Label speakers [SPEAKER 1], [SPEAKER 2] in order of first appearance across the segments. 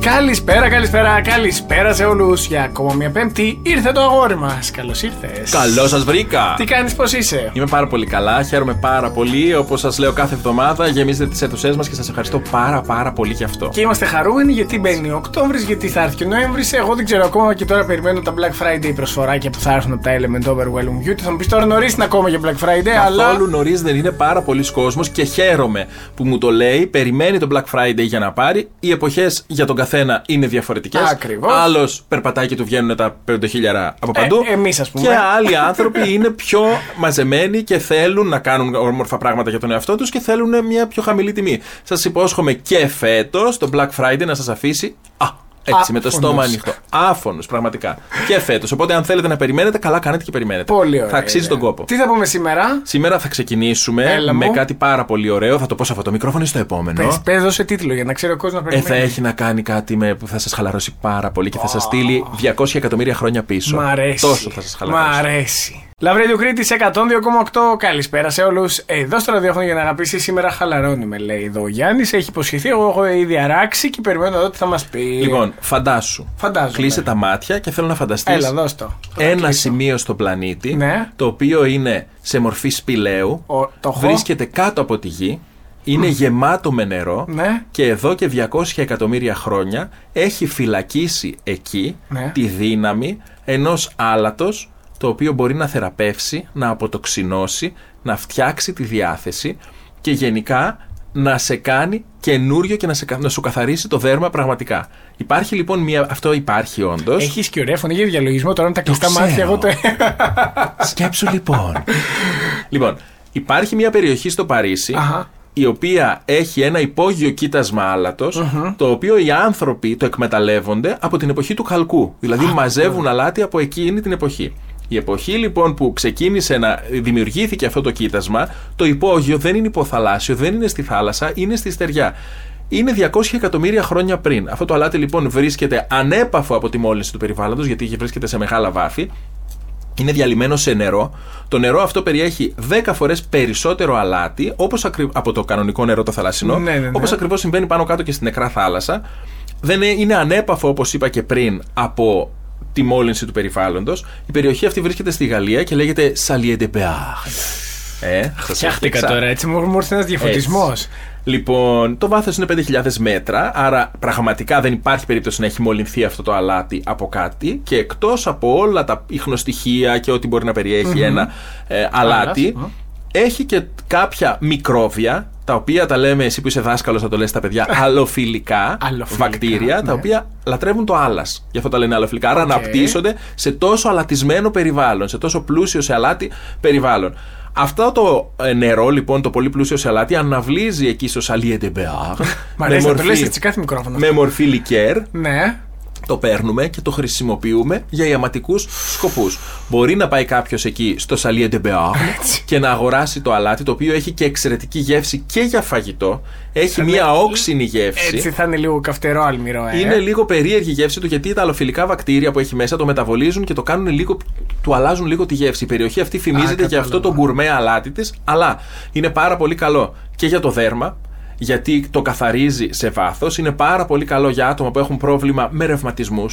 [SPEAKER 1] Καλησπέρα, καλησπέρα, καλησπέρα σε όλους. Για ακόμα μια Πέμπτη ήρθε το αγόρι μας. Καλώς ήρθες.
[SPEAKER 2] Καλώς σας βρήκα!
[SPEAKER 1] Τι κάνεις, πώς είσαι.
[SPEAKER 2] Είμαι πάρα πολύ καλά, χαίρομαι πάρα πολύ. Όπως σας λέω κάθε εβδομάδα, γεμίζετε τις αίθουσές μας και σας ευχαριστώ πάρα πάρα πολύ γι' αυτό.
[SPEAKER 1] Και είμαστε χαρούμενοι γιατί μπαίνει ο Οκτώβρης, γιατί θα έρθει και ο Νοέμβρης. Εγώ δεν ξέρω ακόμα και τώρα περιμένω τα Black Friday προσφοράκια που θα έρθουν από τα Element Overwhelming Beauty. Θα μου πεις τώρα νωρίς είναι ακόμα για Black Friday, Ναι, αλλά.
[SPEAKER 2] Καθόλου νωρίς δεν είναι πάρα πολλοί κόσμος και χαίρομαι που μου το λέει. Περιμένει τον Black Friday για να πάρει. Οι εποχές για τον καθένα είναι διαφορετικές.
[SPEAKER 1] Ακριβώς.
[SPEAKER 2] Άλλος περπατάει και του βγαίνουν τα 5 χιλιάρα από παντού.
[SPEAKER 1] Ε, εμείς, ας πούμε.
[SPEAKER 2] Και άλλοι άνθρωποι είναι πιο μαζεμένοι και θέλουν να κάνουν όμορφα πράγματα για τον εαυτό τους και θέλουν μια πιο χαμηλή τιμή. Σας υπόσχομαι και φέτος το Black Friday να σας αφήσει. Α, έτσι, με το
[SPEAKER 1] Άφωνος.
[SPEAKER 2] στόμα ανοιχτό. Άφωνος, πραγματικά. και φέτος. Οπότε, αν θέλετε να περιμένετε, καλά κάνετε και περιμένετε.
[SPEAKER 1] Πολύ ωραία.
[SPEAKER 2] Θα αξίζει
[SPEAKER 1] είναι.
[SPEAKER 2] τον κόπο.
[SPEAKER 1] Τι θα πούμε σήμερα.
[SPEAKER 2] Σήμερα θα ξεκινήσουμε
[SPEAKER 1] Έλα
[SPEAKER 2] με
[SPEAKER 1] μου.
[SPEAKER 2] κάτι πάρα πολύ ωραίο. Θα το πω σε αυτό το μικρόφωνο ή στο επόμενο.
[SPEAKER 1] Πες, πες, δώσε τίτλο για να ξέρει ο κόσμος να
[SPEAKER 2] Ε, θα
[SPEAKER 1] περιμένει.
[SPEAKER 2] έχει να κάνει κάτι με, που θα σας χαλαρώσει πάρα πολύ και θα σας στείλει 200 εκατομμύρια χρόνια πίσω.
[SPEAKER 1] Μ' αρέσει.
[SPEAKER 2] Τόσο θα σας
[SPEAKER 1] Μ'
[SPEAKER 2] χαλαρώσει.
[SPEAKER 1] αρέσει. Λαβρέντιο Κρήτη 102,8. Καλησπέρα σε όλους. Εδώ στο ραδιόφωνο για να αγαπήσεις. Σήμερα χαλαρώνουμε, λέει εδώ ο Γιάννης. Έχει υποσχεθεί. Εγώ έχω ήδη αράξει και περιμένω εδώ τι θα μας πει.
[SPEAKER 2] Λοιπόν, φαντάσου.
[SPEAKER 1] Φαντάζομαι.
[SPEAKER 2] Κλείσε τα μάτια και θέλω να φανταστείς
[SPEAKER 1] Έλα, δώσ' το.
[SPEAKER 2] ένα σημείο στο πλανήτη
[SPEAKER 1] Ναι.
[SPEAKER 2] το οποίο είναι σε μορφή σπηλαίου.
[SPEAKER 1] Ο- το έχω.
[SPEAKER 2] βρίσκεται κάτω από τη γη. Είναι γεμάτο με νερό
[SPEAKER 1] Ναι.
[SPEAKER 2] και εδώ και 200 εκατομμύρια χρόνια έχει φυλακίσει εκεί
[SPEAKER 1] Ναι.
[SPEAKER 2] τη δύναμη ενός άλατος το οποίο μπορεί να θεραπεύσει, να αποτοξινώσει, να φτιάξει τη διάθεση και γενικά να σε κάνει καινούριο και να, σε, κα- να σου καθαρίσει το δέρμα πραγματικά. Υπάρχει λοιπόν μια... Αυτό υπάρχει όντως.
[SPEAKER 1] Έχεις και ωραία φωνή για διαλογισμό. Τώρα με τα κλειστά
[SPEAKER 2] ξέρω.
[SPEAKER 1] μάτια, εγώ το.
[SPEAKER 2] Σκέψου λοιπόν. λοιπόν, υπάρχει μια περιοχή στο Παρίσι
[SPEAKER 1] Αχα.
[SPEAKER 2] η οποία έχει ένα υπόγειο κοίτασμα άλατος, το οποίο οι άνθρωποι το εκμεταλλεύονται από την εποχή του χαλκού. Δηλαδή μαζεύουν αλάτι από εκείνη την εποχή. Η εποχή λοιπόν που ξεκίνησε να δημιουργήθηκε αυτό το κοίτασμα, το υπόγειο δεν είναι υποθαλάσσιο, δεν είναι στη θάλασσα, είναι στη στεριά. Είναι 200 εκατομμύρια χρόνια πριν. Αυτό το αλάτι λοιπόν βρίσκεται ανέπαφο από τη μόλυνση του περιβάλλοντος, γιατί βρίσκεται σε μεγάλα βάθη είναι διαλυμένο σε νερό. Το νερό αυτό περιέχει 10 φορές περισσότερο αλάτι όπως ακρι... από το κανονικό νερό το θαλασσινό.
[SPEAKER 1] Ναι, ναι, ναι.
[SPEAKER 2] Όπως ακριβώς συμβαίνει πάνω κάτω και στην νεκρά θάλασσα. Δεν είναι- είναι ανέπαφο, όπως είπα και πριν, από τη μόλυνση του περιβάλλοντος. Η περιοχή αυτή βρίσκεται στη Γαλλία και λέγεται Salier de Béarn. Ε, σας
[SPEAKER 1] Φτιάχτηκα
[SPEAKER 2] έφτιαξα.
[SPEAKER 1] τώρα, έτσι μου μου ήρθε ένα διαφωτισμό.
[SPEAKER 2] Έτσι. Λοιπόν, το βάθος είναι 5.000 μέτρα, άρα πραγματικά δεν υπάρχει περίπτωση να έχει μολυνθεί αυτό το αλάτι από κάτι. Και εκτός από όλα τα ίχνοστοιχεία και ό,τι μπορεί να περιεχει ένα ε, αλάτι,
[SPEAKER 1] Άλλας, μμ.
[SPEAKER 2] έχει και κάποια μικρόβια, τα οποία τα λέμε εσύ που είσαι δάσκαλος, θα το λες στα παιδιά, αλλοφιλικά,
[SPEAKER 1] Αλλοφιλικά,
[SPEAKER 2] βακτήρια,
[SPEAKER 1] ναι.
[SPEAKER 2] τα οποία λατρεύουν το άλλα. Γι' αυτό τα λένε αλλοφιλικά. Άρα
[SPEAKER 1] Οκ.
[SPEAKER 2] αναπτύσσονται σε τόσο αλατισμένο περιβάλλον, σε τόσο πλούσιο σε αλάτι περιβάλλον. Αυτό το ε, νερό, λοιπόν, το πολύ πλούσιο σε αλάτι, αναβλύζει εκεί στο Salier de Béarn.
[SPEAKER 1] Μ' αρέσει να το λε έτσι κάθε μικρόφωνο.
[SPEAKER 2] με μορφή λικέρ,
[SPEAKER 1] Ναι.
[SPEAKER 2] το παίρνουμε και το χρησιμοποιούμε για ιαματικούς σκοπούς. Μπορεί να πάει κάποιος εκεί στο Salier de Béarn και να αγοράσει το αλάτι, το οποίο έχει και εξαιρετική γεύση και για φαγητό. Έχει μία όξινη γεύση.
[SPEAKER 1] Έτσι θα είναι λίγο καυτερό αλμυρό, ε.
[SPEAKER 2] Είναι λίγο περίεργη η γεύση του γιατί τα αλοφιλικά βακτήρια που έχει μέσα το μεταβολίζουν και το κάνουν λίγο, του αλλάζουν λίγο τη γεύση. Η περιοχή αυτή φημίζεται για αυτό το γκουρμέ αλάτι της, αλλά είναι πάρα πολύ καλό και για το δέρμα, γιατί το καθαρίζει σε βάθος. Είναι πάρα πολύ καλό για άτομα που έχουν πρόβλημα με ρευματισμούς,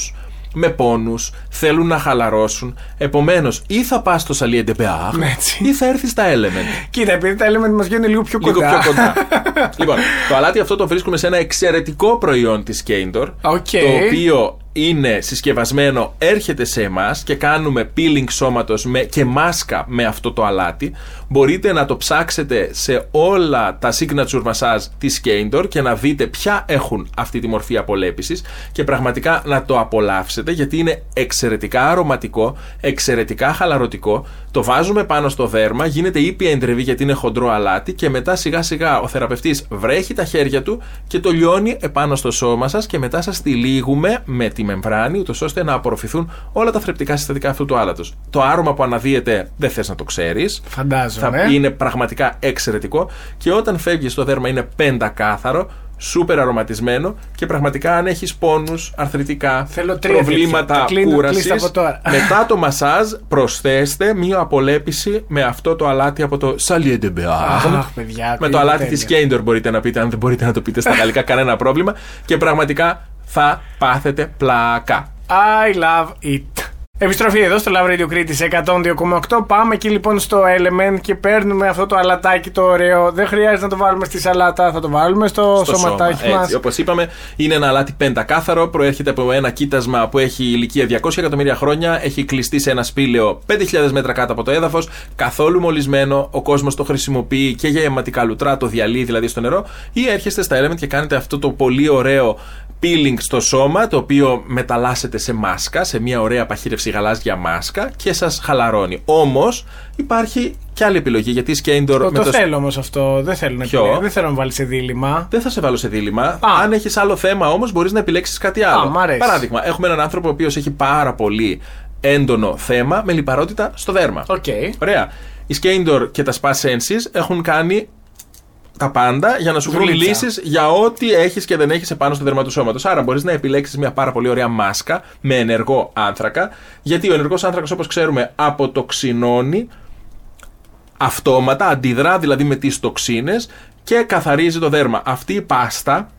[SPEAKER 2] με πόνους, θέλουν να χαλαρώσουν. Επομένως, ή θα πας στο Salier de Béarn,
[SPEAKER 1] Έτσι.
[SPEAKER 2] ή θα έρθεις στα Element.
[SPEAKER 1] Κοίτα, επειδή τα λέμε μας βγαίνουν λίγο πιο
[SPEAKER 2] Λίγο
[SPEAKER 1] κοντά.
[SPEAKER 2] πιο κοντά. λοιπόν, το αλάτι αυτό το βρίσκουμε σε ένα εξαιρετικό προϊόν της Κέιντορ.
[SPEAKER 1] Οκ.
[SPEAKER 2] Το οποίο είναι συσκευασμένο, έρχεται σε εμάς και κάνουμε peeling σώματος και μάσκα με αυτό το αλάτι. Μπορείτε να το ψάξετε σε όλα τα signature massage της Κέιντορ και να δείτε ποια έχουν αυτή τη μορφή απολέπιση και πραγματικά να το απολαύσετε γιατί είναι εξαιρετικά αρωματικό, εξαιρετικά χαλαρωτικό. Το βάζουμε πάνω στο δέρμα, γίνεται ήπια εντρεβή γιατί είναι χοντρό αλάτι και μετά σιγά σιγά ο θεραπευτής βρέχει τα χέρια του και το λιώνει επάνω στο σώμα σας και μετά σας τυλίγουμε με τη μεμβράνη ούτως ώστε να απορροφηθούν όλα τα θρεπτικά συστατικά αυτού του άλατος. Το άρωμα που αναδύεται δεν θες να το ξέρεις.
[SPEAKER 1] Φαντάζομαι.
[SPEAKER 2] Θα είναι πραγματικά εξαιρετικό και όταν φεύγεις το δέρμα είναι πεντακάθαρο, σούπερ αρωματισμένο και πραγματικά αν έχεις πόνους, αρθρητικά,
[SPEAKER 1] Θέλω τρία
[SPEAKER 2] προβλήματα
[SPEAKER 1] τέτοια. Κλείνω-
[SPEAKER 2] κούρασης,
[SPEAKER 1] κλείστε από τώρα.
[SPEAKER 2] μετά το μασάζ προσθέστε μία απολέπιση με αυτό το αλάτι από το Salier de Béarn.
[SPEAKER 1] Αχ, παιδιά,
[SPEAKER 2] με
[SPEAKER 1] είναι
[SPEAKER 2] το αλάτι
[SPEAKER 1] τέλεια.
[SPEAKER 2] της Κέιντορ μπορείτε να πείτε, αν δεν μπορείτε να το πείτε στα γαλλικά, κανένα πρόβλημα. Και πραγματικά θα πάθετε πλάκα.
[SPEAKER 1] I love it. Επιστροφή εδώ στο Love Radio Crete 102,8. Πάμε εκεί λοιπόν στο Element και παίρνουμε αυτό το αλατάκι το ωραίο. Δεν χρειάζεται να το βάλουμε στη σαλάτα, θα το βάλουμε στο,
[SPEAKER 2] στο
[SPEAKER 1] σωματάκι
[SPEAKER 2] σώμα.
[SPEAKER 1] μας.
[SPEAKER 2] Έτσι, όπως είπαμε, είναι ένα αλάτι πεντακάθαρο, προέρχεται από ένα κοίτασμα που έχει ηλικία 200 εκατομμύρια χρόνια, έχει κλειστεί σε ένα σπήλαιο 5.000 μέτρα κάτω από το έδαφος, καθόλου μολυσμένο, ο κόσμος το χρησιμοποιεί και για αιματικά λουτρά, το διαλύει δηλαδή στο νερό, ή έρχεστε στα Element και κάνετε αυτό το πολύ ωραίο peeling στο σώμα, το οποίο μεταλλάσσεται σε μάσκα, σε μια ωραία παχύρευση γαλάζια μάσκα και σας χαλαρώνει. Όμως υπάρχει και άλλη επιλογή, γιατί η Skeindor
[SPEAKER 1] Το,
[SPEAKER 2] με
[SPEAKER 1] το
[SPEAKER 2] το
[SPEAKER 1] θέλω όμως αυτό. Δεν θέλω να
[SPEAKER 2] Ποιο?
[SPEAKER 1] επιλέγω. Δεν θέλω να βάλεις σε δίλημα.
[SPEAKER 2] δεν θα σε βάλω σε δίλημα. Αν έχεις άλλο θέμα όμως, μπορείς να επιλέξεις κάτι άλλο.
[SPEAKER 1] Α, μ' αρέσει.
[SPEAKER 2] Παράδειγμα, έχουμε έναν άνθρωπο ο οποίος έχει πάρα πολύ έντονο θέμα με λιπαρότητα στο δέρμα.
[SPEAKER 1] Οκ.
[SPEAKER 2] Ωραία. Οι Skeindor και τα Spa Senses έχουν κάνει τα πάντα για να σου βρουν
[SPEAKER 1] Δουλίτσα.
[SPEAKER 2] λύσεις για ό,τι έχεις και δεν έχεις επάνω στο δέρμα του σώματος. Άρα μπορείς να επιλέξεις μια πάρα πολύ ωραία μάσκα με ενεργό άνθρακα, γιατί ο ενεργός άνθρακας, όπως ξέρουμε, αποτοξινώνει αυτόματα, αντιδρά δηλαδή με τις τοξίνες και καθαρίζει το δέρμα. Αυτή η πάστα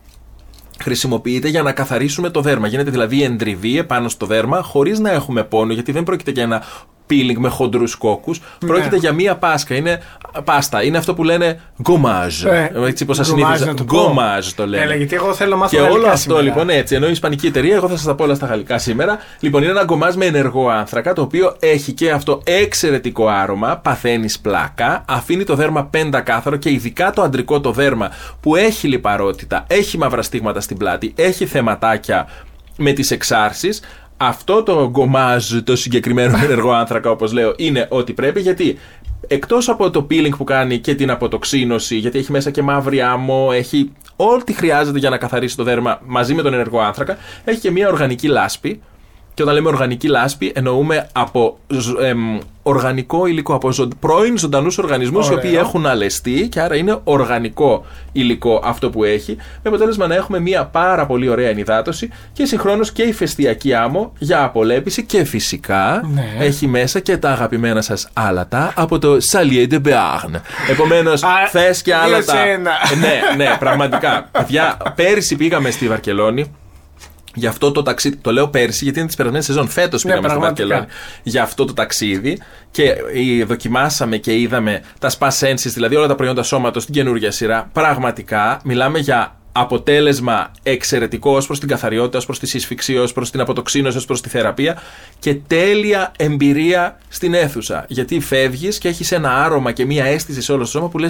[SPEAKER 2] χρησιμοποιείται για να καθαρίσουμε το δέρμα. Γίνεται δηλαδή εντριβή επάνω στο δέρμα χωρίς να έχουμε πόνο, γιατί δεν πρόκειται για ένα peeling με χοντρούς κόκκους.
[SPEAKER 1] Ναι.
[SPEAKER 2] Πρόκειται για μία πάσκα. Είναι πάστα. Είναι αυτό που λένε γκομάζ. ε, έτσι πως θα
[SPEAKER 1] Ε, γκομάζ
[SPEAKER 2] συνήθιζα.
[SPEAKER 1] να το πω.
[SPEAKER 2] Γκομάζ το λένε.
[SPEAKER 1] Έλα, γιατί εγώ θέλω να μάθω
[SPEAKER 2] Και
[SPEAKER 1] γαλλικά
[SPEAKER 2] όλο αυτό
[SPEAKER 1] σήμερα.
[SPEAKER 2] λοιπόν έτσι, ενώ η Ισπανική εταιρεία, εγώ θα σας τα πω όλα στα γαλλικά σήμερα. Λοιπόν, είναι ένα γκομάζ με ενεργό άνθρακα, το οποίο έχει και αυτό εξαιρετικό άρωμα, παθαίνεις πλάκα, αφήνει το δέρμα πέντα κάθαρο και ειδικά το αντρικό το δέρμα που έχει λιπαρότητα, έχει μαύρα στίγματα στην πλάτη, έχει θεματάκια με τις εξάρσεις. Αυτό το γκομάζ, το συγκεκριμένο ενεργό άνθρακα, όπως λέω, είναι ό,τι πρέπει γιατί Εκτός από το peeling που κάνει και την αποτοξίνωση, γιατί έχει μέσα και μαύρη άμμο, έχει ό,τι χρειάζεται για να καθαρίσει το δέρμα μαζί με τον ενεργό άνθρακα, έχει και μια οργανική λάσπη. Και όταν λέμε οργανική λάσπη, εννοούμε από ζ- εμ, οργανικό υλικό, από ζων- πρώην ζωντανούς οργανισμούς, οι
[SPEAKER 1] Ωραίο.
[SPEAKER 2] οποίοι έχουν αλεστεί και άρα είναι οργανικό υλικό αυτό που έχει, με αποτέλεσμα να έχουμε μια πάρα πολύ ωραία ενυδάτωση και συγχρόνως και ηφαιστειακή άμμο για απολέπιση και φυσικά
[SPEAKER 1] Ναι.
[SPEAKER 2] έχει μέσα και τα αγαπημένα σας άλατα από το Salier de Béarn. Επομένως,
[SPEAKER 1] Α,
[SPEAKER 2] θες και
[SPEAKER 1] δύο
[SPEAKER 2] άλατα.
[SPEAKER 1] σε ένα.
[SPEAKER 2] ναι, ναι, πραγματικά. Παιδιά, πέρσι πήγαμε στη Βαρκελόνη. Γι' αυτό το ταξίδι. Το λέω πέρσι, γιατί είναι της περασμένης σεζόν. Φέτος πήγαμε στη
[SPEAKER 1] Ναι, πραγματικά.
[SPEAKER 2] Βαρκελόνη. Γι' αυτό το ταξίδι. Και ε, δοκιμάσαμε και είδαμε τα spa senses, δηλαδή όλα τα προϊόντα σώματος στην καινούργια σειρά. Πραγματικά μιλάμε για αποτέλεσμα εξαιρετικό ως προς την καθαριότητα, ως προς τη σύσφυξη, ως προς την αποτοξίνωση, ως προς τη θεραπεία και τέλεια εμπειρία στην αίθουσα. Γιατί φεύγεις και έχεις ένα άρωμα και μία αίσθηση σε όλο το σώμα που λες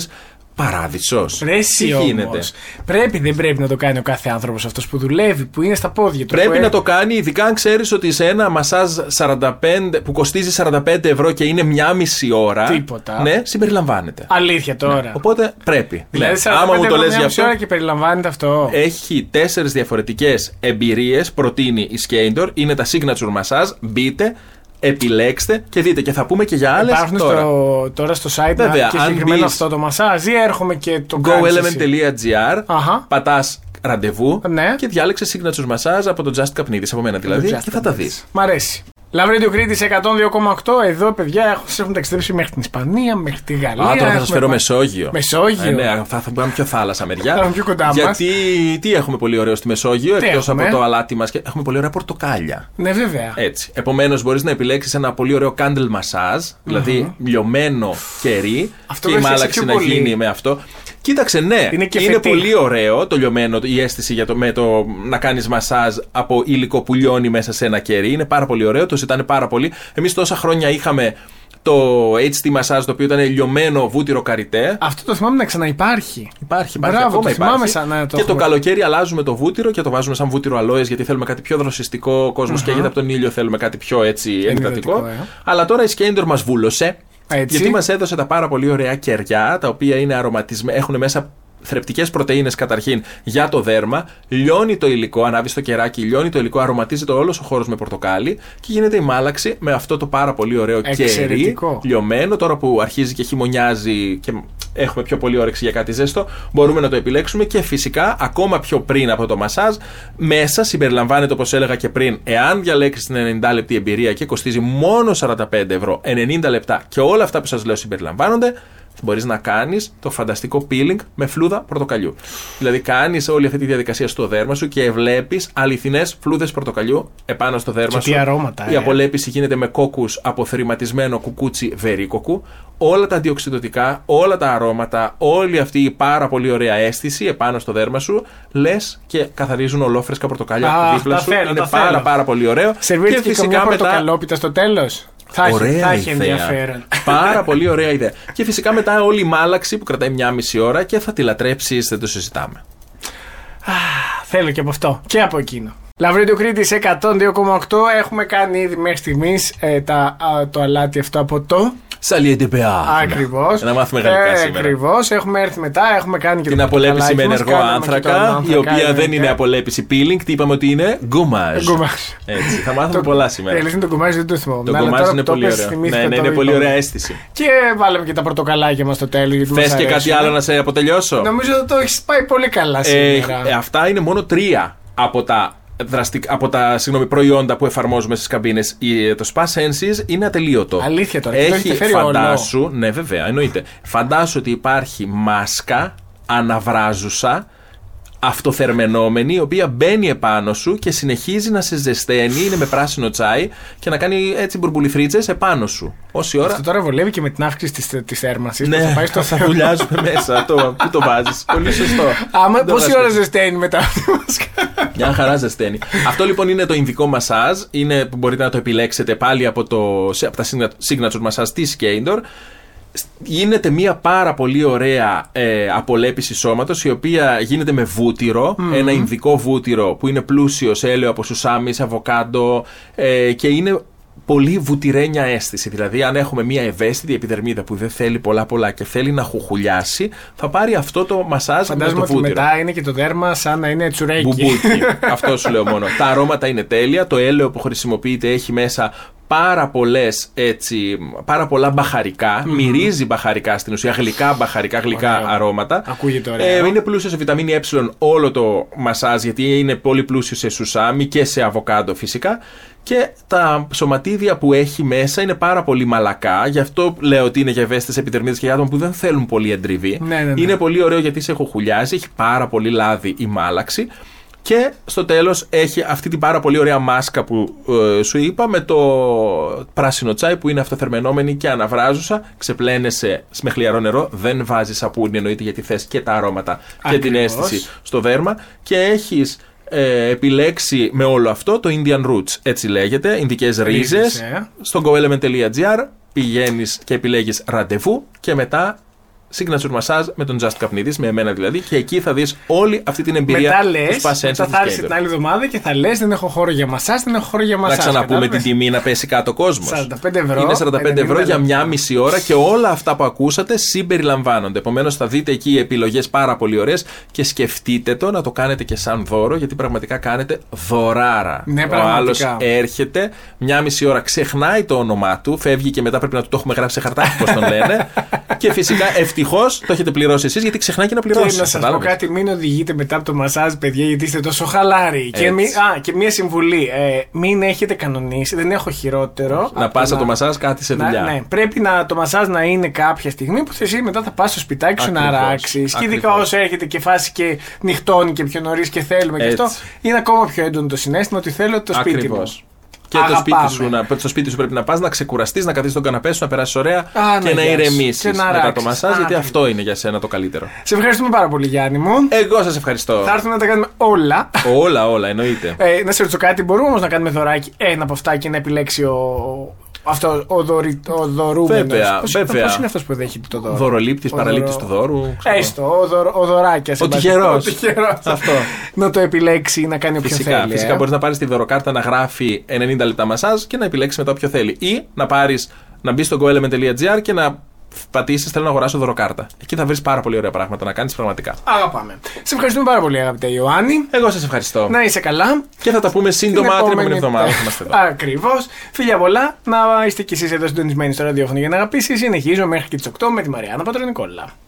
[SPEAKER 2] παράδεισο.
[SPEAKER 1] Ρε εσύ
[SPEAKER 2] Τι
[SPEAKER 1] όμως.
[SPEAKER 2] γίνεται.
[SPEAKER 1] Πρέπει, δεν πρέπει να το κάνει ο κάθε άνθρωπος αυτός που δουλεύει, που είναι στα πόδια του. Ε,
[SPEAKER 2] Πρέπει
[SPEAKER 1] που
[SPEAKER 2] να
[SPEAKER 1] έ-
[SPEAKER 2] το κάνει, ειδικά αν ξέρεις ότι σε ένα μασάζ 45, που κοστίζει 45 ευρώ και είναι μια μισή ώρα.
[SPEAKER 1] Τίποτα.
[SPEAKER 2] Ναι, συμπεριλαμβάνεται.
[SPEAKER 1] Αλήθεια τώρα.
[SPEAKER 2] Οπότε πρέπει.
[SPEAKER 1] Δηλαδή,
[SPEAKER 2] ναι.
[SPEAKER 1] 45
[SPEAKER 2] Άμα μου το
[SPEAKER 1] ευρώ
[SPEAKER 2] λες
[SPEAKER 1] μια μισή
[SPEAKER 2] για αυτό. Ε,
[SPEAKER 1] ώρα και περιλαμβάνεται αυτό.
[SPEAKER 2] Έχει τέσσερις διαφορετικές εμπειρίες, προτείνει η Skeindor. Είναι τα signature massage. Μπείτε, επιλέξτε και δείτε. Και θα πούμε και για άλλες
[SPEAKER 1] Υπάρχουν
[SPEAKER 2] τώρα.
[SPEAKER 1] στο, τώρα στο site
[SPEAKER 2] Βέβαια,
[SPEAKER 1] και
[SPEAKER 2] αν
[SPEAKER 1] συγκεκριμένα
[SPEAKER 2] μπεις-
[SPEAKER 1] αυτό το μασάζ ή έρχομαι και το κάνεις εσύ.
[SPEAKER 2] goelement.gr,
[SPEAKER 1] Αχα.
[SPEAKER 2] πατάς ραντεβού
[SPEAKER 1] Ναι.
[SPEAKER 2] και διάλεξες signature massage από τον Just Καπνίδη, από μένα δηλαδή,
[SPEAKER 1] Just
[SPEAKER 2] και θα τα
[SPEAKER 1] Capnidis.
[SPEAKER 2] δεις.
[SPEAKER 1] Μ' αρέσει. Λαβρέντιο Κρήτη 102,8. Εδώ, παιδιά, έχω- σας έχουν ταξιδέψει μέχρι την Ισπανία, μέχρι τη Γαλλία.
[SPEAKER 2] Α, τώρα θα
[SPEAKER 1] Έχουμε
[SPEAKER 2] σα φέρω
[SPEAKER 1] πά-
[SPEAKER 2] Μεσόγειο.
[SPEAKER 1] Μεσόγειο.
[SPEAKER 2] Ε, ναι, θα, θα πάμε πιο θάλασσα μεριά.
[SPEAKER 1] Θα πάμε πιο κοντά μας.
[SPEAKER 2] Γιατί τι έχουμε πολύ ωραίο στη Μεσόγειο,
[SPEAKER 1] Τι
[SPEAKER 2] εκτός
[SPEAKER 1] έχουμε?
[SPEAKER 2] από το αλάτι μας, έχουμε πολύ ωραία πορτοκάλια.
[SPEAKER 1] Ναι, βέβαια.
[SPEAKER 2] Έτσι. Επομένως, μπορείς να επιλέξεις ένα πολύ ωραίο candle massage, δηλαδη λιωμένο κερί.
[SPEAKER 1] Αυτό
[SPEAKER 2] και η
[SPEAKER 1] με έφτιαξε
[SPEAKER 2] μάλαξη
[SPEAKER 1] πιο
[SPEAKER 2] να
[SPEAKER 1] πολύ.
[SPEAKER 2] γίνει με αυτό. Κοίταξε, ναι,
[SPEAKER 1] Είναι και φετή.
[SPEAKER 2] πολύ ωραίο το λιωμένο, η αίσθηση για το, με το να κάνεις μασάζ από υλικό που λιώνει μέσα σε ένα κερί. Είναι πάρα πολύ ωραίο, το ζητάνε πάρα πολύ. Εμείς τόσα χρόνια είχαμε το HT massage το οποίο ήταν λιωμένο βούτυρο καριτέ.
[SPEAKER 1] Αυτό το θυμάμαι να ξαναυπάρχει.
[SPEAKER 2] Υπάρχει, υπάρχει.
[SPEAKER 1] Μπράβο, το
[SPEAKER 2] ακόμα
[SPEAKER 1] θυμάμαι
[SPEAKER 2] υπάρχει.
[SPEAKER 1] σαν να το
[SPEAKER 2] και το
[SPEAKER 1] έχουμε.
[SPEAKER 2] καλοκαίρι αλλάζουμε το βούτυρο και το βάζουμε σαν βούτυρο αλόες γιατί θέλουμε κάτι πιο δροσιστικό. Ο κόσμος καίγεται από τον ήλιο, θέλουμε κάτι πιο έτσι εντατικό.
[SPEAKER 1] ε.
[SPEAKER 2] Αλλά τώρα η Σκέντορ μας βούλωσε.
[SPEAKER 1] Έτσι.
[SPEAKER 2] Γιατί μας έδωσε τα πάρα πολύ ωραία κεριά τα οποία είναι αρωματισμένα, έχουν μέσα θρεπτικές πρωτεΐνες καταρχήν για το δέρμα, λιώνει το υλικό, ανάβει στο κεράκι, λιώνει το υλικό, αρωματίζεται όλος ο χώρος με πορτοκάλι και γίνεται η μάλαξη με αυτό το πάρα πολύ ωραίο κερί,
[SPEAKER 1] Εξαιρετικό.
[SPEAKER 2] λιωμένο. Τώρα που αρχίζει και χειμωνιάζει και έχουμε πιο πολύ όρεξη για κάτι ζέστο, μπορούμε να το επιλέξουμε και φυσικά ακόμα πιο πριν από το μασάζ, μέσα συμπεριλαμβάνεται όπως έλεγα και πριν, εάν διαλέξεις την 90 λεπτή εμπειρία και κοστίζει μόνο 45 ευρώ, 90 λεπτά και όλα αυτά που σας λέω συμπεριλαμβάνονται, μπορείς να κάνεις το φανταστικό peeling με φλούδα πορτοκαλιού. Δηλαδή, κάνεις όλη αυτή τη διαδικασία στο δέρμα σου και βλέπεις αληθινές φλούδες πορτοκαλιού επάνω στο δέρμα
[SPEAKER 1] Και
[SPEAKER 2] σου.
[SPEAKER 1] τι αρώματα,
[SPEAKER 2] Η
[SPEAKER 1] ε.
[SPEAKER 2] απολέπιση γίνεται με κόκκους από θρηματισμένο κουκούτσι βερίκοκου. Όλα τα αντιοξυδοτικά, όλα τα αρώματα, όλη αυτή η πάρα πολύ ωραία αίσθηση επάνω στο δέρμα σου, λες και καθαρίζουν ολόφρεσκα πορτοκάλια
[SPEAKER 1] Αχ,
[SPEAKER 2] δίπλα
[SPEAKER 1] τα
[SPEAKER 2] σου.
[SPEAKER 1] θέλω,
[SPEAKER 2] Είναι
[SPEAKER 1] τα
[SPEAKER 2] πάρα,
[SPEAKER 1] θέλω.
[SPEAKER 2] πάρα πολύ ωραίο.
[SPEAKER 1] Σερβίρθηκε και καμιά πορτοκαλόπιτα στο τέλος. Θα έχει-
[SPEAKER 2] Ωραία
[SPEAKER 1] θα έχει
[SPEAKER 2] ιδέα.
[SPEAKER 1] ενδιαφέρον.
[SPEAKER 2] Πάρα πολύ ωραία ιδέα. Και φυσικά μετά όλη η μάλαξη που κρατάει μια μισή ώρα και θα τη λατρέψεις, δεν το συζητάμε.
[SPEAKER 1] Θέλω και από αυτό και από εκείνο. Λαβρέντιο Κρήτη 102,8. Έχουμε κάνει ήδη μέχρι στιγμής το αλάτι αυτό από το.
[SPEAKER 2] Σαλίε τεπεά.
[SPEAKER 1] Ακριβώ.
[SPEAKER 2] Να μάθουμε
[SPEAKER 1] Ε,
[SPEAKER 2] γαλλικά σήμερα.
[SPEAKER 1] Ακριβώς. Έχουμε έρθει μετά, έχουμε κάνει και
[SPEAKER 2] Την
[SPEAKER 1] το
[SPEAKER 2] απολέπιση με
[SPEAKER 1] πορτοκαλάκι μας,
[SPEAKER 2] ενεργό
[SPEAKER 1] κάναμε και το
[SPEAKER 2] άνθρακα, η
[SPEAKER 1] άνθρακα,
[SPEAKER 2] οποία δεν
[SPEAKER 1] ενεργά.
[SPEAKER 2] είναι απολέπιση peeling, τι είπαμε ότι είναι γκουμάζ.
[SPEAKER 1] Γκουμάζ.
[SPEAKER 2] Έτσι, θα μάθουμε πολλά
[SPEAKER 1] Η
[SPEAKER 2] σήμερα.
[SPEAKER 1] αλήθεια είναι το κουμάζι δεν το θυμόμουν.
[SPEAKER 2] Το
[SPEAKER 1] αλλά
[SPEAKER 2] γκουμάζ
[SPEAKER 1] τώρα
[SPEAKER 2] είναι
[SPEAKER 1] που το
[SPEAKER 2] πολύ
[SPEAKER 1] πες,
[SPEAKER 2] ωραίο.
[SPEAKER 1] θυμήθηκα λοιπόν.
[SPEAKER 2] Ναι, ναι,
[SPEAKER 1] το
[SPEAKER 2] είναι πολύ
[SPEAKER 1] είπαμε.
[SPEAKER 2] ωραία αίσθηση.
[SPEAKER 1] Και βάλαμε και τα πορτοκαλάκια μας στο τέλο.
[SPEAKER 2] Θε και κάτι
[SPEAKER 1] ναι.
[SPEAKER 2] άλλο να σε αποτελειώσω.
[SPEAKER 1] Νομίζω ότι το έχεις πάει πολύ καλά
[SPEAKER 2] Ε,
[SPEAKER 1] σήμερα.
[SPEAKER 2] ε, αυτά είναι μόνο τρία από τα, δραστικ... από τα συγγνώμη, προϊόντα που εφαρμόζουμε στις καμπίνες Η- ε, Το Spa Senses είναι ατελείωτο.
[SPEAKER 1] Αλήθεια τώρα, και το
[SPEAKER 2] Έχει,
[SPEAKER 1] έχετε φέρει
[SPEAKER 2] φαντάσου, ναι, βέβαια, εννοείται. Φαντάσου ότι υπάρχει μάσκα αναβράζουσα αυτοθερμενόμενη, η οποία μπαίνει επάνω σου και συνεχίζει να σε ζεσταίνει, είναι με πράσινο τσάι και να κάνει έτσι μπουρμπουλιφρίτσες επάνω σου. Όση ώρα.
[SPEAKER 1] Αυτό τώρα βολεύει και με την αύξηση της θέρμανσης.
[SPEAKER 2] Ναι,
[SPEAKER 1] θα πάει στο
[SPEAKER 2] θα
[SPEAKER 1] Θεό.
[SPEAKER 2] βουλιάζουμε μέσα. Το, πού το βάζεις. Πολύ σωστό.
[SPEAKER 1] Άμα
[SPEAKER 2] Δεν το
[SPEAKER 1] πόση
[SPEAKER 2] βάζεις.
[SPEAKER 1] ώρα ζεσταίνει μετά από τη μάσκα.
[SPEAKER 2] Μια χαρά ζεσταίνει. Αυτό λοιπόν είναι το ινδικό μασάζ. Είναι που μπορείτε να το επιλέξετε πάλι από, το, σε- από τα signa- signature μασάζ της Κέιντορ. Γίνεται μια πάρα πολύ ωραία ε, απολέπιση σώματος η οποία γίνεται με βουτυρο ένα ινδικό βούτυρο που είναι πλούσιος σε έλαιο από σουσάμις, σε αβοκάντο ε, και είναι πολύ βουτυρένια αίσθηση. Δηλαδή, αν έχουμε μια ευαίσθητη επιδερμίδα που δεν θέλει πολλά πολλά και θέλει να χουχουλιάσει, θα πάρει αυτό το μασάζ
[SPEAKER 1] Φαντάζομαι
[SPEAKER 2] με
[SPEAKER 1] ότι
[SPEAKER 2] το βούτυρο.
[SPEAKER 1] μετά είναι και το δέρμα σαν να είναι τσουρέκι.
[SPEAKER 2] Μπουμπούκι. Αυτό σου λέω μόνο. Τα αρώματα είναι τέλεια. Το έλαιο που χρησιμοποιείται έχει μέσα πάρα, πολλές, έτσι, πάρα πολλά μπαχαρικά. Μυρίζει μπαχαρικά στην ουσία. Γλυκά μπαχαρικά, γλυκά
[SPEAKER 1] Ωραίο.
[SPEAKER 2] αρώματα.
[SPEAKER 1] Ακούγεται ωραίο.
[SPEAKER 2] είναι πλούσιος σε βιταμίνη ε όλο το μασάζ γιατί είναι πολύ πλούσιο σε σουσάμι και σε αβοκάντο φυσικά. Και τα σωματίδια που έχει μέσα είναι πάρα πολύ μαλακά. Γι' αυτό λέω ότι είναι για ευαίσθητες επιδερμίδες και για άτομα που δεν θέλουν πολύ εντριβή.
[SPEAKER 1] Ναι, ναι, ναι.
[SPEAKER 2] Είναι πολύ ωραίο γιατί σε χουχουλιάζει, έχει πάρα πολύ λάδι η μάλαξη. Και στο τέλος έχει αυτή την πάρα πολύ ωραία μάσκα που ε, σου είπα με το πράσινο τσάι που είναι αυτοθερμενόμενη και αναβράζουσα. Ξεπλένεσαι με χλιαρό νερό, δεν βάζεις σαπούνι εννοείται γιατί θες και τα αρώματα και την
[SPEAKER 1] Ακριβώς.
[SPEAKER 2] αίσθηση στο δέρμα. Και έχεις ε, επιλέξει με όλο αυτό το Indian Roots, έτσι λέγεται, Ινδικές
[SPEAKER 1] Ρίζες,
[SPEAKER 2] ρίζες.
[SPEAKER 1] ε.
[SPEAKER 2] Στο goelement.gr πηγαίνεις και επιλέγεις ραντεβού και μετά signature massage με τον Just Καπνίδης, με εμένα δηλαδή, και εκεί θα δεις όλη αυτή την εμπειρία
[SPEAKER 1] Μετά
[SPEAKER 2] του
[SPEAKER 1] λε,
[SPEAKER 2] Spa Senses
[SPEAKER 1] μετά
[SPEAKER 2] της
[SPEAKER 1] θα έρθεις
[SPEAKER 2] Gator.
[SPEAKER 1] την άλλη εβδομάδα και θα λες: Δεν έχω χώρο για μασά, δεν έχω χώρο για μασά.
[SPEAKER 2] Να ξαναπούμε την τιμή να πέσει κάτω ο κόσμος.
[SPEAKER 1] 45 ευρώ,
[SPEAKER 2] Είναι 45 ευρώ
[SPEAKER 1] 90
[SPEAKER 2] για μια μισή ώρα και όλα αυτά που ακούσατε συμπεριλαμβάνονται. Επομένως, θα δείτε εκεί επιλογές πάρα πολύ ωραίες και σκεφτείτε το να το κάνετε και σαν δώρο, γιατί πραγματικά κάνετε δωράρα.
[SPEAKER 1] Ναι,
[SPEAKER 2] ο
[SPEAKER 1] πραγματικά.
[SPEAKER 2] άλλος έρχεται, μια μισή ώρα ξεχνάει το όνομά του, φεύγει και μετά πρέπει να του το έχουμε γράψει σε χαρτάκι, πώ τον λένε. και φυσικά ευτυχώς το έχετε πληρώσει εσείς, γιατί ξεχνάει και να πληρώσει.
[SPEAKER 1] Και να σας πω
[SPEAKER 2] Κατάλαβες?
[SPEAKER 1] κάτι, μην οδηγείτε μετά από το μασάζ, παιδιά, γιατί είστε τόσο χαλάροι. Και,
[SPEAKER 2] Έτσι.
[SPEAKER 1] μη- α, και μία συμβουλή. Ε, μην έχετε κανονίσει, δεν έχω χειρότερο.
[SPEAKER 2] Να
[SPEAKER 1] από το
[SPEAKER 2] πας από το μασάζ κάτι σε
[SPEAKER 1] να-
[SPEAKER 2] δουλειά.
[SPEAKER 1] ναι, πρέπει να, το μασάζ να είναι κάποια στιγμή που εσύ μετά θα πας στο σπιτάκι σου να
[SPEAKER 2] Ακριβώς.
[SPEAKER 1] αράξεις. Και ειδικά
[SPEAKER 2] Ακριβώς.
[SPEAKER 1] όσο έρχεται και φάση και νυχτώνει και πιο νωρίς και θέλουμε και
[SPEAKER 2] Έτσι.
[SPEAKER 1] αυτό, είναι ακόμα πιο έντονο το συνέστημα ότι θέλω το σπίτι μου.
[SPEAKER 2] Ακριβώς. Και το
[SPEAKER 1] Αγαπάμε.
[SPEAKER 2] σπίτι, σου, να, στο σπίτι σου πρέπει να πας, να ξεκουραστείς, να καθίσεις στον καναπέ σου, να περάσεις ωραία
[SPEAKER 1] Α, ναι,
[SPEAKER 2] και να
[SPEAKER 1] γεια σου.
[SPEAKER 2] ηρεμήσεις
[SPEAKER 1] Και να
[SPEAKER 2] μετά το
[SPEAKER 1] ράξεις.
[SPEAKER 2] μασάζ, γιατί
[SPEAKER 1] Α, ναι.
[SPEAKER 2] αυτό είναι για σένα το καλύτερο.
[SPEAKER 1] Σε ευχαριστούμε πάρα πολύ, Γιάννη μου.
[SPEAKER 2] Εγώ σας ευχαριστώ.
[SPEAKER 1] Θα έρθουμε να τα κάνουμε όλα.
[SPEAKER 2] Όλα, όλα, εννοείται.
[SPEAKER 1] Ε, να σε ρωτήσω κάτι, μπορούμε όμως να κάνουμε δωράκι ένα από αυτά και να επιλέξει ο, αυτό, ο, δωρη, ο δωρούμενος.
[SPEAKER 2] Βέβαια,
[SPEAKER 1] Πώς,
[SPEAKER 2] βέβαια.
[SPEAKER 1] πώς είναι αυτός που δέχεται το δώρο.
[SPEAKER 2] Δωρολήπτης,
[SPEAKER 1] Ο
[SPEAKER 2] παραλήπτης
[SPEAKER 1] δωρο- Ε,
[SPEAKER 2] του δώρου. ξέρω.
[SPEAKER 1] Έστω, ο, δωρο, ο δωράκιας,
[SPEAKER 2] Ο
[SPEAKER 1] εν πάση-
[SPEAKER 2] τυχερός.
[SPEAKER 1] ο τυχερός.
[SPEAKER 2] Αυτό.
[SPEAKER 1] να το επιλέξει να κάνει όποιο
[SPEAKER 2] Φυσικά,
[SPEAKER 1] θέλει.
[SPEAKER 2] φυσικά
[SPEAKER 1] ε.
[SPEAKER 2] μπορείς να πάρεις τη δωροκάρτα να γράφει 90 λεπτά μασάζ και να επιλέξει μετά όποιο θέλει. Ή να πάρεις να μπεις στο goelement.gr και να πατήσεις Θέλω να αγοράσω δωροκάρτα. Εκεί θα βρεις πάρα πολύ ωραία πράγματα να κάνεις πραγματικά.
[SPEAKER 1] Αγαπάμε. Σε ευχαριστούμε πάρα πολύ, αγαπητέ Ιωάννη.
[SPEAKER 2] Εγώ σας ευχαριστώ.
[SPEAKER 1] Να είσαι καλά.
[SPEAKER 2] Και θα τα πούμε σύντομα την επόμενη εβδομάδα. που είμαστε εδώ.
[SPEAKER 1] Ακριβώς. Φίλια πολλά, να είστε κι εσείς εδώ συντονισμένοι στο ραδιόφωνο για να αγαπήσεις. Συνεχίζω μέχρι και τις 8 με τη Μαριάννα Πατρονικόλα.